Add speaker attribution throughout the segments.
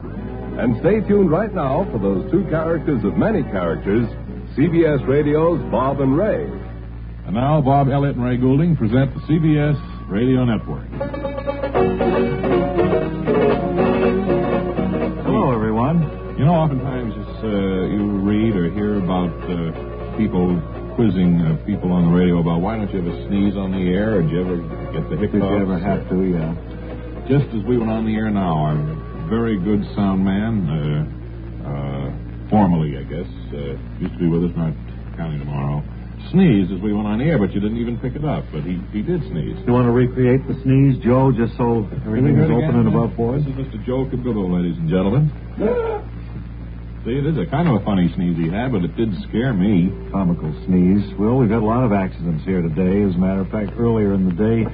Speaker 1: And stay tuned right now for those two characters of many characters, CBS Radio's Bob and Ray.
Speaker 2: And now, Bob Elliott and Ray Goulding present the CBS Radio Network.
Speaker 3: Hello, everyone.
Speaker 2: You know, oftentimes it's, uh, you read or hear about uh, people quizzing uh, people on the radio about why don't you ever sneeze on the air or do you ever get the
Speaker 3: If
Speaker 2: hiccups?
Speaker 3: you ever have to, yeah.
Speaker 2: Just as we went on the air now, I'm a very good sound man, uh, uh, formally, I guess. Uh, used to be with us, not counting tomorrow. Sneezed as we went on the air, but you didn't even pick it up. But he, he did sneeze.
Speaker 3: You want to recreate the sneeze, Joe, just so everything's
Speaker 2: Have you heard
Speaker 3: open
Speaker 2: again?
Speaker 3: and above board?
Speaker 2: This is Mr. Joe Cabillo, ladies and gentlemen.
Speaker 3: Ah!
Speaker 2: See, it is a kind of a funny sneeze he had, but it did scare me.
Speaker 3: Comical sneeze. Well, we've had a lot of accidents here today. As a matter of fact, earlier in the day,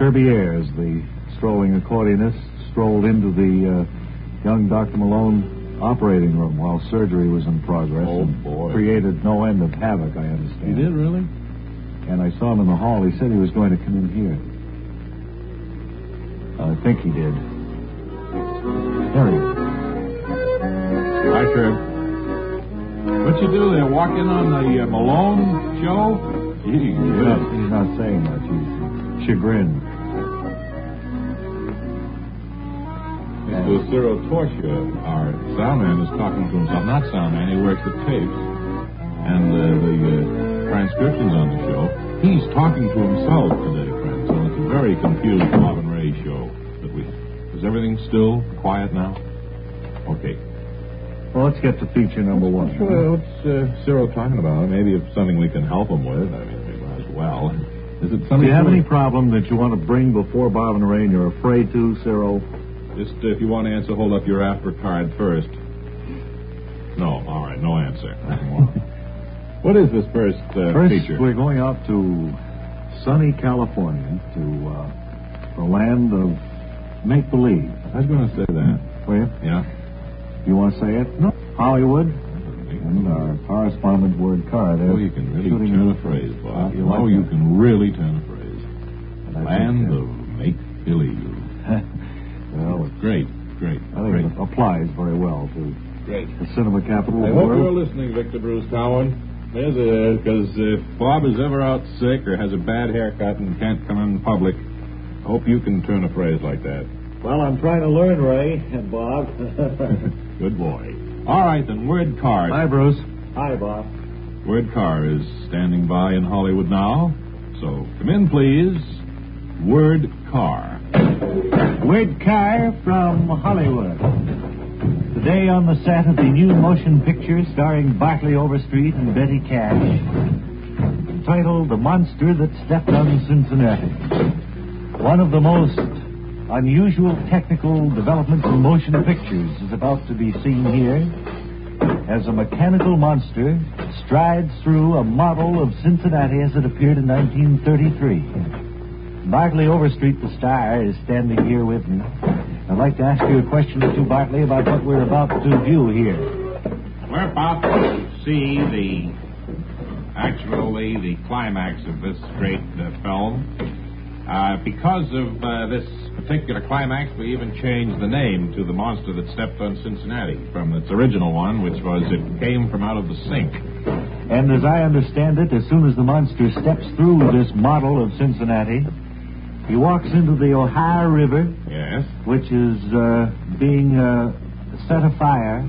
Speaker 3: Kirby Ayers, the strolling accordionist, strolled into the uh, young Dr. Malone operating room while surgery was in progress.
Speaker 2: Oh,
Speaker 3: and
Speaker 2: boy.
Speaker 3: Created no end of havoc, I understand.
Speaker 2: really?
Speaker 3: And I saw him in the hall. He said he was going to come in here. I think he did. There he is.
Speaker 2: Hi, Kirk. What you do there? Walk in on the uh, Malone show? Gee,
Speaker 3: He's
Speaker 2: yeah.
Speaker 3: not, he's not saying much. He's chagrined.
Speaker 2: Mr. Cyril Torsia, our sound man, is talking to himself. Not sound man, he works the tapes and uh, the uh, transcriptions on the show. He's talking to himself today, friends, so it's a very confused Bob and Ray show that we Is everything still quiet now? Okay.
Speaker 3: Well, let's get to feature number one.
Speaker 2: Well, what's uh, Cyril talking about? Maybe it's something we can help him with. I mean, we might as well. Is it
Speaker 3: Do
Speaker 2: something
Speaker 3: you have any problem that you want to bring before Bob and Ray and you're afraid to, Cyril?
Speaker 2: Just uh, if you want to answer, hold up your after card first. No, all right, no answer. what is this first, uh,
Speaker 3: First,
Speaker 2: feature?
Speaker 3: we're going out to sunny California, to uh, the land of make believe.
Speaker 2: I was going to say that.
Speaker 3: Where?
Speaker 2: Yeah.
Speaker 3: You want to say it? No. Hollywood. And our correspondent word car there.
Speaker 2: Oh, you can really
Speaker 3: shooting
Speaker 2: turn a phrase, Bob.
Speaker 3: Uh, you
Speaker 2: oh,
Speaker 3: like
Speaker 2: you
Speaker 3: that?
Speaker 2: can really turn a phrase.
Speaker 3: And I think,
Speaker 2: Land
Speaker 3: uh,
Speaker 2: of make believe.
Speaker 3: well, it-
Speaker 2: Great, great,
Speaker 3: I think
Speaker 2: great,
Speaker 3: it applies very well to
Speaker 2: great.
Speaker 3: the cinema capital
Speaker 2: I
Speaker 3: of the
Speaker 2: hope you're
Speaker 3: world.
Speaker 2: listening, Victor Bruce Cowan. There's a because if Bob is ever out sick or has a bad haircut and can't come in public, I hope you can turn a phrase like that.
Speaker 3: Well, I'm trying to learn, Ray and Bob.
Speaker 2: Good boy. All right, then. Word Car.
Speaker 3: Hi, Bruce. Hi, Bob.
Speaker 2: Word Car is standing by in Hollywood now. So come in, please. Word Car.
Speaker 3: Wade Carr from Hollywood. Today on the set of the new motion picture starring Bartley Overstreet and Betty Cash, entitled The Monster That Stepped on Cincinnati. One of the most unusual technical developments in motion pictures is about to be seen here as a mechanical monster strides through a model of Cincinnati as it appeared in 1933. Bartley Overstreet, the star, is standing here with me. I'd like to ask you a question or two, Bartley, about what we're about to view here.
Speaker 2: We're about to see the actually the climax of this great uh, film. Uh, because of uh, this particular climax, we even changed the name to the monster that stepped on Cincinnati from its original one, which was it came from out of the sink.
Speaker 3: And as I understand it, as soon as the monster steps through this model of Cincinnati, he walks into the Ohio River,
Speaker 2: Yes.
Speaker 3: which is uh, being uh, set afire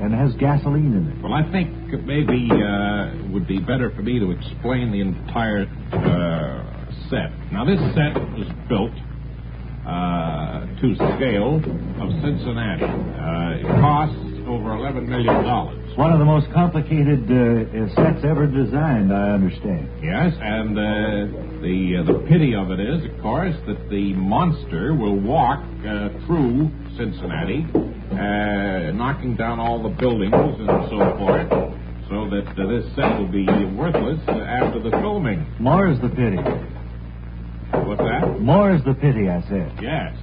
Speaker 3: and has gasoline in it.
Speaker 2: Well, I think it maybe uh, it would be better for me to explain the entire uh, set. Now, this set was built uh, to scale of Cincinnati. Uh, it costs over $11 million.
Speaker 3: One of the most complicated uh, sets ever designed, I understand.
Speaker 2: Yes, and uh, the, uh, the pity of it is, of course, that the monster will walk uh, through Cincinnati, uh, knocking down all the buildings and so forth, so that uh, this set will be worthless uh, after the filming.
Speaker 3: More is the pity.
Speaker 2: What's that?
Speaker 3: More is the pity, I said.
Speaker 2: Yes.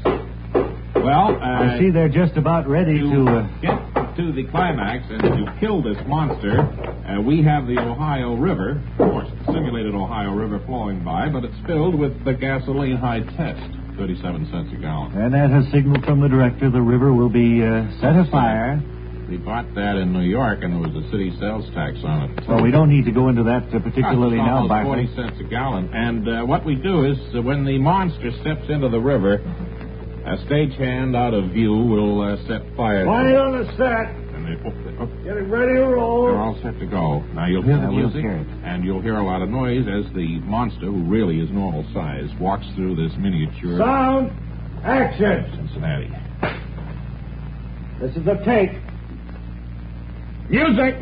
Speaker 2: Well,
Speaker 3: I
Speaker 2: uh,
Speaker 3: see they're just about ready
Speaker 2: to
Speaker 3: to. Uh,
Speaker 2: get to the climax and to kill this monster, uh, we have the Ohio River, of course, simulated Ohio River flowing by, but it's filled with the gasoline high test. 37 cents a gallon.
Speaker 3: And at a signal from the director, the river will be uh, set afire.
Speaker 2: We bought that in New York, and there was a city sales tax on it.
Speaker 3: Well, we don't need to go into that uh, particularly
Speaker 2: Costs
Speaker 3: now,
Speaker 2: almost
Speaker 3: Barclay.
Speaker 2: 40 cents a gallon. And uh, what we do is, uh, when the monster steps into the river, a stagehand out of view will uh, set fire. to it.
Speaker 4: on the set.
Speaker 2: And they, oh, they- oh,
Speaker 4: Getting ready to
Speaker 2: They're
Speaker 4: roll.
Speaker 2: all set to go. Now you'll hear
Speaker 3: Yeah,
Speaker 2: the
Speaker 3: we'll
Speaker 2: music,
Speaker 3: hear it.
Speaker 2: and you'll hear a lot of noise as the monster, who really is normal size, walks through this miniature
Speaker 4: Sound. Action.
Speaker 2: Cincinnati.
Speaker 4: This is the take. Music.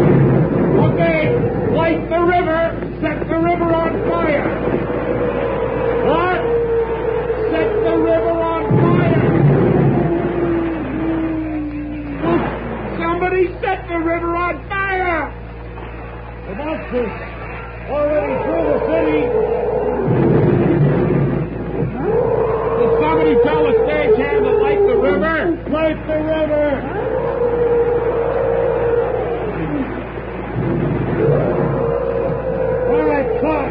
Speaker 4: Okay, light the river. Set the river on fire. What? Set the river on fire. Somebody set the river on fire. The monster's already through the city. Did somebody tell the stagehand to light the river? Light the river. All right, cut.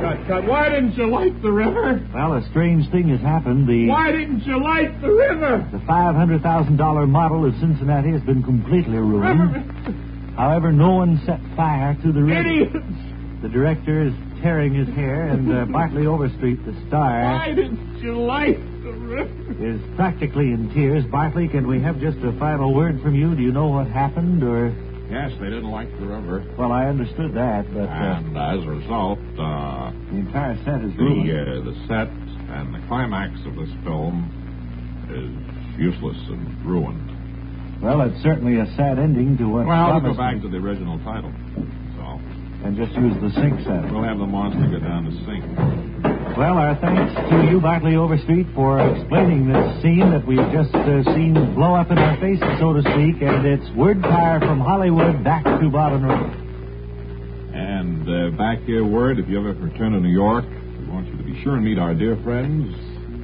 Speaker 4: Cut. Cut. Cut. Why didn't you light the river?
Speaker 3: Well, a strange thing has happened. The
Speaker 4: Why didn't you light the river?
Speaker 3: the $500,000 model of Cincinnati has been completely ruined. However, no one set fire to the river.
Speaker 4: Idiots!
Speaker 3: The director is tearing his hair, and uh, Bartley Overstreet, the star,
Speaker 4: Why didn't you light the river?
Speaker 3: is practically in tears. Bartley, can we have just a final word from you? Do you know what happened, or?
Speaker 2: Yes, they didn't like the river,
Speaker 3: Well, I understood that, but
Speaker 4: Um,
Speaker 3: uh,
Speaker 2: and as a result, uh,
Speaker 3: the entire set is
Speaker 2: the
Speaker 3: ruined.
Speaker 2: uh, the set and the climax of this film is useless and ruined.
Speaker 3: Well, it's certainly a sad ending to what.
Speaker 2: Well, we'll
Speaker 3: promised
Speaker 2: go back to the original title. So
Speaker 3: and just use the sink set.
Speaker 2: we'll have the monster go down the sink.
Speaker 3: Well, our thanks to you, Bartley Overstreet, for explaining this scene that we've just uh, seen blow up in our faces, so to speak, and it's word fire from Hollywood back to Bottom Road.
Speaker 2: And uh, back here, word, if you ever return to New York, we want you to be sure and meet our dear friends,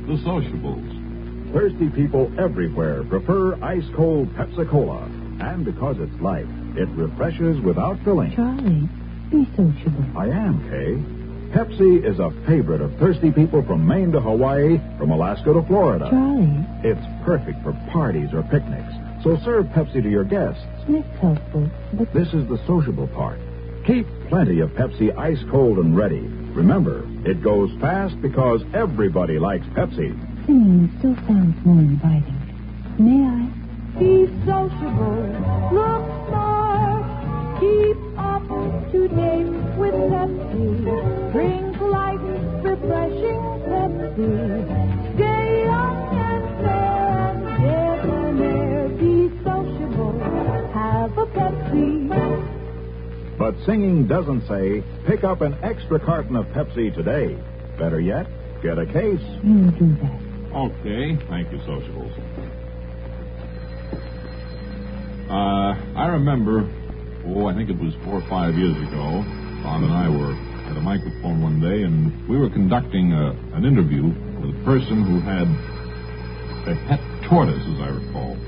Speaker 2: the Sociables.
Speaker 1: Thirsty people everywhere prefer ice cold Pepsi Cola. And because it's light, it refreshes without filling.
Speaker 5: Charlie, be sociable.
Speaker 1: I am, Kay. Pepsi is a favorite of thirsty people from Maine to Hawaii, from Alaska to Florida.
Speaker 5: Charlie,
Speaker 1: It's perfect for parties or picnics. So serve Pepsi to your guests.
Speaker 5: that's helpful, but
Speaker 1: This is the sociable part. Keep plenty of Pepsi ice cold and ready. Remember, it goes fast because everybody likes Pepsi.
Speaker 5: singing still sounds more inviting. May I? Be sociable. Look smart. Keep up to date with Pepsi. Drink light, refreshing Pepsi. Stay young and fair and get on air. Be sociable. Have a Pepsi.
Speaker 1: But singing doesn't say, pick up an extra carton of Pepsi today. Better yet, get a case.
Speaker 5: You do that.
Speaker 2: Okay, thank you, Sociables. Uh, I remember, oh, I think it was four or five years ago, Bob and I were at a microphone one day, and we were conducting a, an interview with a person who had a pet tortoise, as I recall.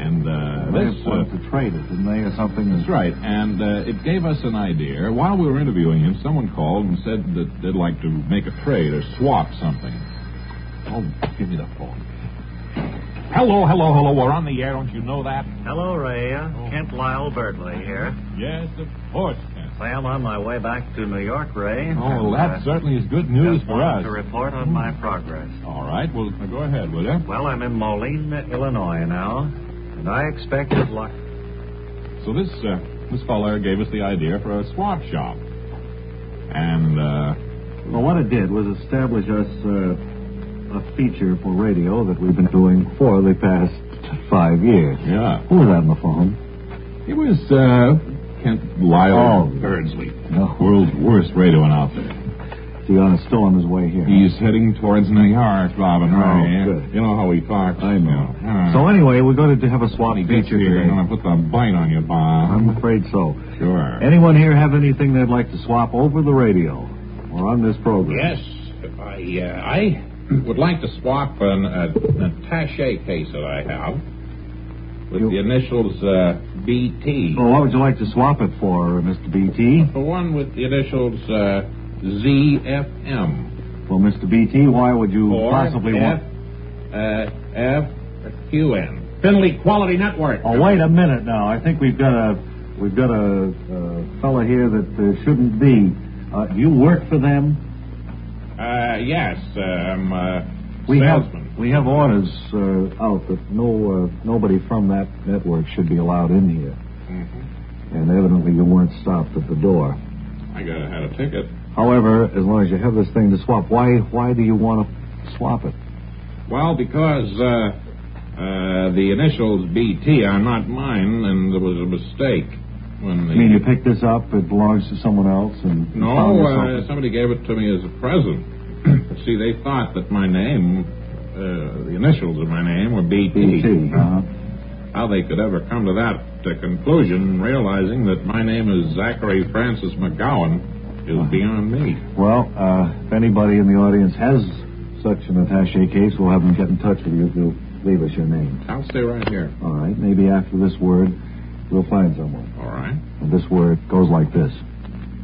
Speaker 2: And uh,
Speaker 3: They
Speaker 2: this uh,
Speaker 3: wanted to trade it, didn't they, or something?
Speaker 2: That's right. And uh, it gave us an idea. While we were interviewing him, someone called and said that they'd like to make a trade or swap something. Oh, give me the phone. Hello, hello, hello. We're on the air. Don't you know that?
Speaker 6: Hello, Ray. Uh,
Speaker 3: Oh.
Speaker 6: Kent Lyle Birdley here.
Speaker 2: Yes, of course. Yes.
Speaker 6: Well, I'm on my way back to New York, Ray.
Speaker 2: Oh,
Speaker 6: and,
Speaker 2: that
Speaker 6: uh,
Speaker 2: certainly is good news
Speaker 6: just
Speaker 2: for
Speaker 6: wanted
Speaker 2: us.
Speaker 6: To report on my progress.
Speaker 2: All right. Well, now go ahead, will you?
Speaker 6: Well, I'm in Moline, Illinois now, and I expect good luck.
Speaker 2: So this uh, this fella gave us the idea for a swap shop, and uh,
Speaker 3: Well, what it did was establish us uh, a feature for radio that we've been doing for the past five years.
Speaker 2: yeah,
Speaker 3: Who was that on the phone?
Speaker 2: it was uh, Kent Lyle
Speaker 3: Oh.
Speaker 2: Birdsley.
Speaker 3: No.
Speaker 2: World's worst radioing outfit.
Speaker 3: Pepsi on a stool on his way here.
Speaker 2: He's heading towards New York, Robin.
Speaker 3: Oh,
Speaker 2: right?
Speaker 3: good.
Speaker 2: You know how he talks.
Speaker 3: I know.
Speaker 2: Yeah.
Speaker 3: So anyway, we're going to have a swap
Speaker 2: He gets
Speaker 3: feature
Speaker 2: here,
Speaker 3: today.
Speaker 2: I'm gonna put the bite on you, Bob.
Speaker 3: I'm afraid so.
Speaker 2: Sure.
Speaker 3: Anyone here have anything they'd like to swap over the radio or on this program?
Speaker 7: Yes, I uh, I would like to swap an, uh, an attaché case that I have with
Speaker 3: You-
Speaker 7: the initials uh, BT.
Speaker 2: Oh.
Speaker 3: Well, what would you like to swap it for, uh, Mr. BT?
Speaker 7: The one with the initials uh, ZFM
Speaker 3: Well, Mr. BT, why would you
Speaker 7: or
Speaker 3: possibly
Speaker 7: F,
Speaker 3: want?
Speaker 7: uh, FQN Finley Quality Network.
Speaker 3: Oh, wait a minute now. I think we've got a we've got a, uh fella here that uh, shouldn't be. Uh, do you work for them?
Speaker 7: Uh, yes, uh, I'm a
Speaker 3: We
Speaker 7: salesman.
Speaker 3: have we have orders uh, out that no uh, nobody from that network should be allowed in here.
Speaker 7: Mhm.
Speaker 3: And evidently you weren't stopped at the door.
Speaker 7: I got had a ticket.
Speaker 3: However, as long as you have this thing to swap, why why do you want to swap it?
Speaker 7: Well, because uh, uh, the initials BT are not mine, and there was a mistake when the.
Speaker 3: I mean, you picked this up; it belongs to someone else, and you found
Speaker 7: no,
Speaker 3: yourself-
Speaker 7: uh, somebody gave it to me as a present. See, they thought that my name, uh, the initials of my name, were BT.
Speaker 3: BT. Uh-huh.
Speaker 7: How they could ever come to that uh, conclusion, realizing that my name is Zachary Francis McGowan, is beyond me.
Speaker 3: Well, uh, if anybody in the audience has such an attaché case, we'll have them get in touch with you if you leave us your name.
Speaker 7: I'll stay right here.
Speaker 3: All right. Maybe after this word, we'll find someone.
Speaker 7: All right.
Speaker 3: And this word goes like this.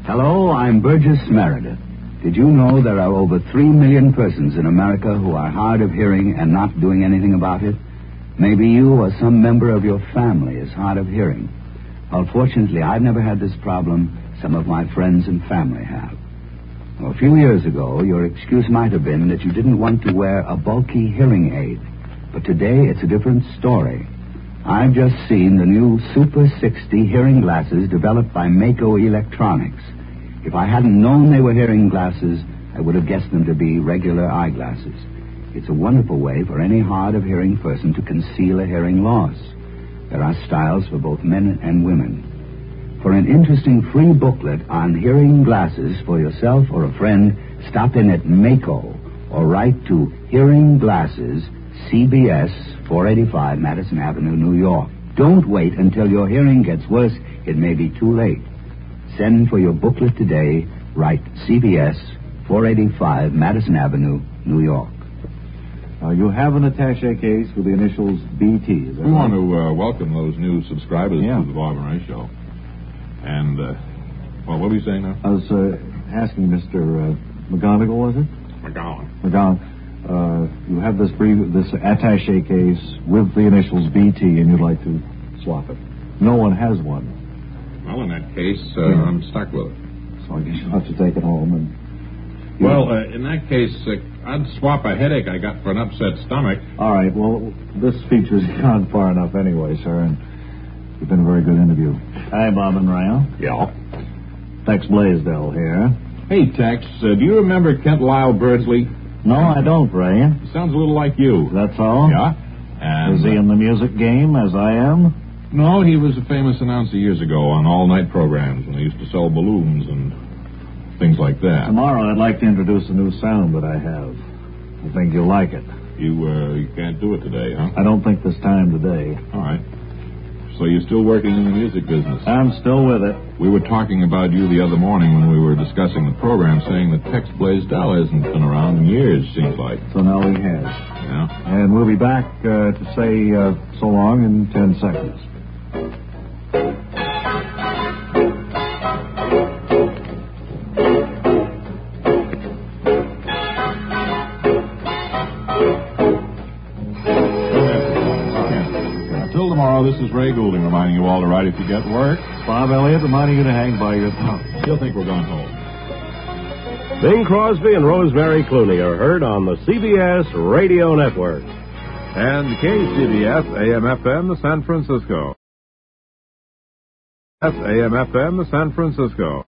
Speaker 8: Hello, I'm Burgess Meredith. Did you know there are over three million persons in America who are hard of hearing and not doing anything about it? Maybe you or some member of your family is hard of hearing. Unfortunately, I've never had this problem. Some of my friends and family have. A few years ago, your excuse might have been that you didn't want to wear a bulky hearing aid. But today, it's a different story. I've just seen the new Super 60 hearing glasses developed by Mako Electronics. If I hadn't known they were hearing glasses, I would have guessed them to be regular eyeglasses. It's a wonderful way for any hard of hearing person to conceal a hearing loss. There are styles for both men and women. For an interesting free booklet on hearing glasses for yourself or a friend, stop in at Mako or write to Hearing Glasses, CBS, 485 Madison Avenue, New York. Don't wait until your hearing gets worse. It may be too late. Send for your booklet today. Write CBS, 485 Madison Avenue, New York.
Speaker 3: Now, Uh, you have an attaché case with the initials BT. Is that
Speaker 2: We want
Speaker 3: right?
Speaker 2: to uh, welcome those new subscribers
Speaker 3: Yeah.
Speaker 2: to the Bob and Ray Show. And, uh, well, what were you saying now?
Speaker 3: I was uh, asking Mr. Uh, McGonigal, was it?
Speaker 7: McGowan.
Speaker 3: McGon, uh, you have this brief, this attaché case with the initials BT, and you'd like to swap it. No one has one.
Speaker 7: Well, in that case, uh,
Speaker 3: Mm-hmm.
Speaker 7: I'm stuck with it.
Speaker 3: So I guess you'll have to take it home and. you-
Speaker 7: Well, uh, in that case, uh, I'd swap a headache I got for an upset stomach.
Speaker 3: all right. Well, this feature's gone far enough anyway, sir, and you've been a very good interview. Hi, Bob and Ryle.
Speaker 7: Yeah.
Speaker 3: Tex Blaisdell here.
Speaker 2: Hey, Tex, uh, do you remember Kent Lyle Birdsley?
Speaker 3: No, I don't, Ray.
Speaker 2: Sounds a little like you.
Speaker 3: That's all.
Speaker 2: Yeah. And,
Speaker 3: Is he
Speaker 2: uh,
Speaker 3: in the music game as I am?
Speaker 2: No, he was a famous announcer years ago on all night programs, and they used to sell balloons and things like that.
Speaker 3: Tomorrow, I'd like to introduce a new sound that I have. I think you'll like it.
Speaker 2: You uh, you can't do it today, huh?
Speaker 3: I don't think this time today.
Speaker 2: All right. So you're still working in the music business.
Speaker 3: I'm still with it.
Speaker 2: We were talking about you the other morning when we were discussing the program, saying that Tex Blaisdell hasn't been around in years, seems like.
Speaker 3: So now he has.
Speaker 2: Yeah.
Speaker 3: And we'll be back uh, to say uh, so long in ten seconds.
Speaker 2: Yeah. Until tomorrow, this is Ray Goulding reminding you all to write if you get work.
Speaker 3: Bob Elliott reminding you to hang by your thumb.
Speaker 2: You'll think we're going home.
Speaker 1: Bing Crosby and Rosemary Clooney are heard on the CBS Radio Network.
Speaker 2: And KCBS AMFM, the San Francisco. AMFM, the San Francisco.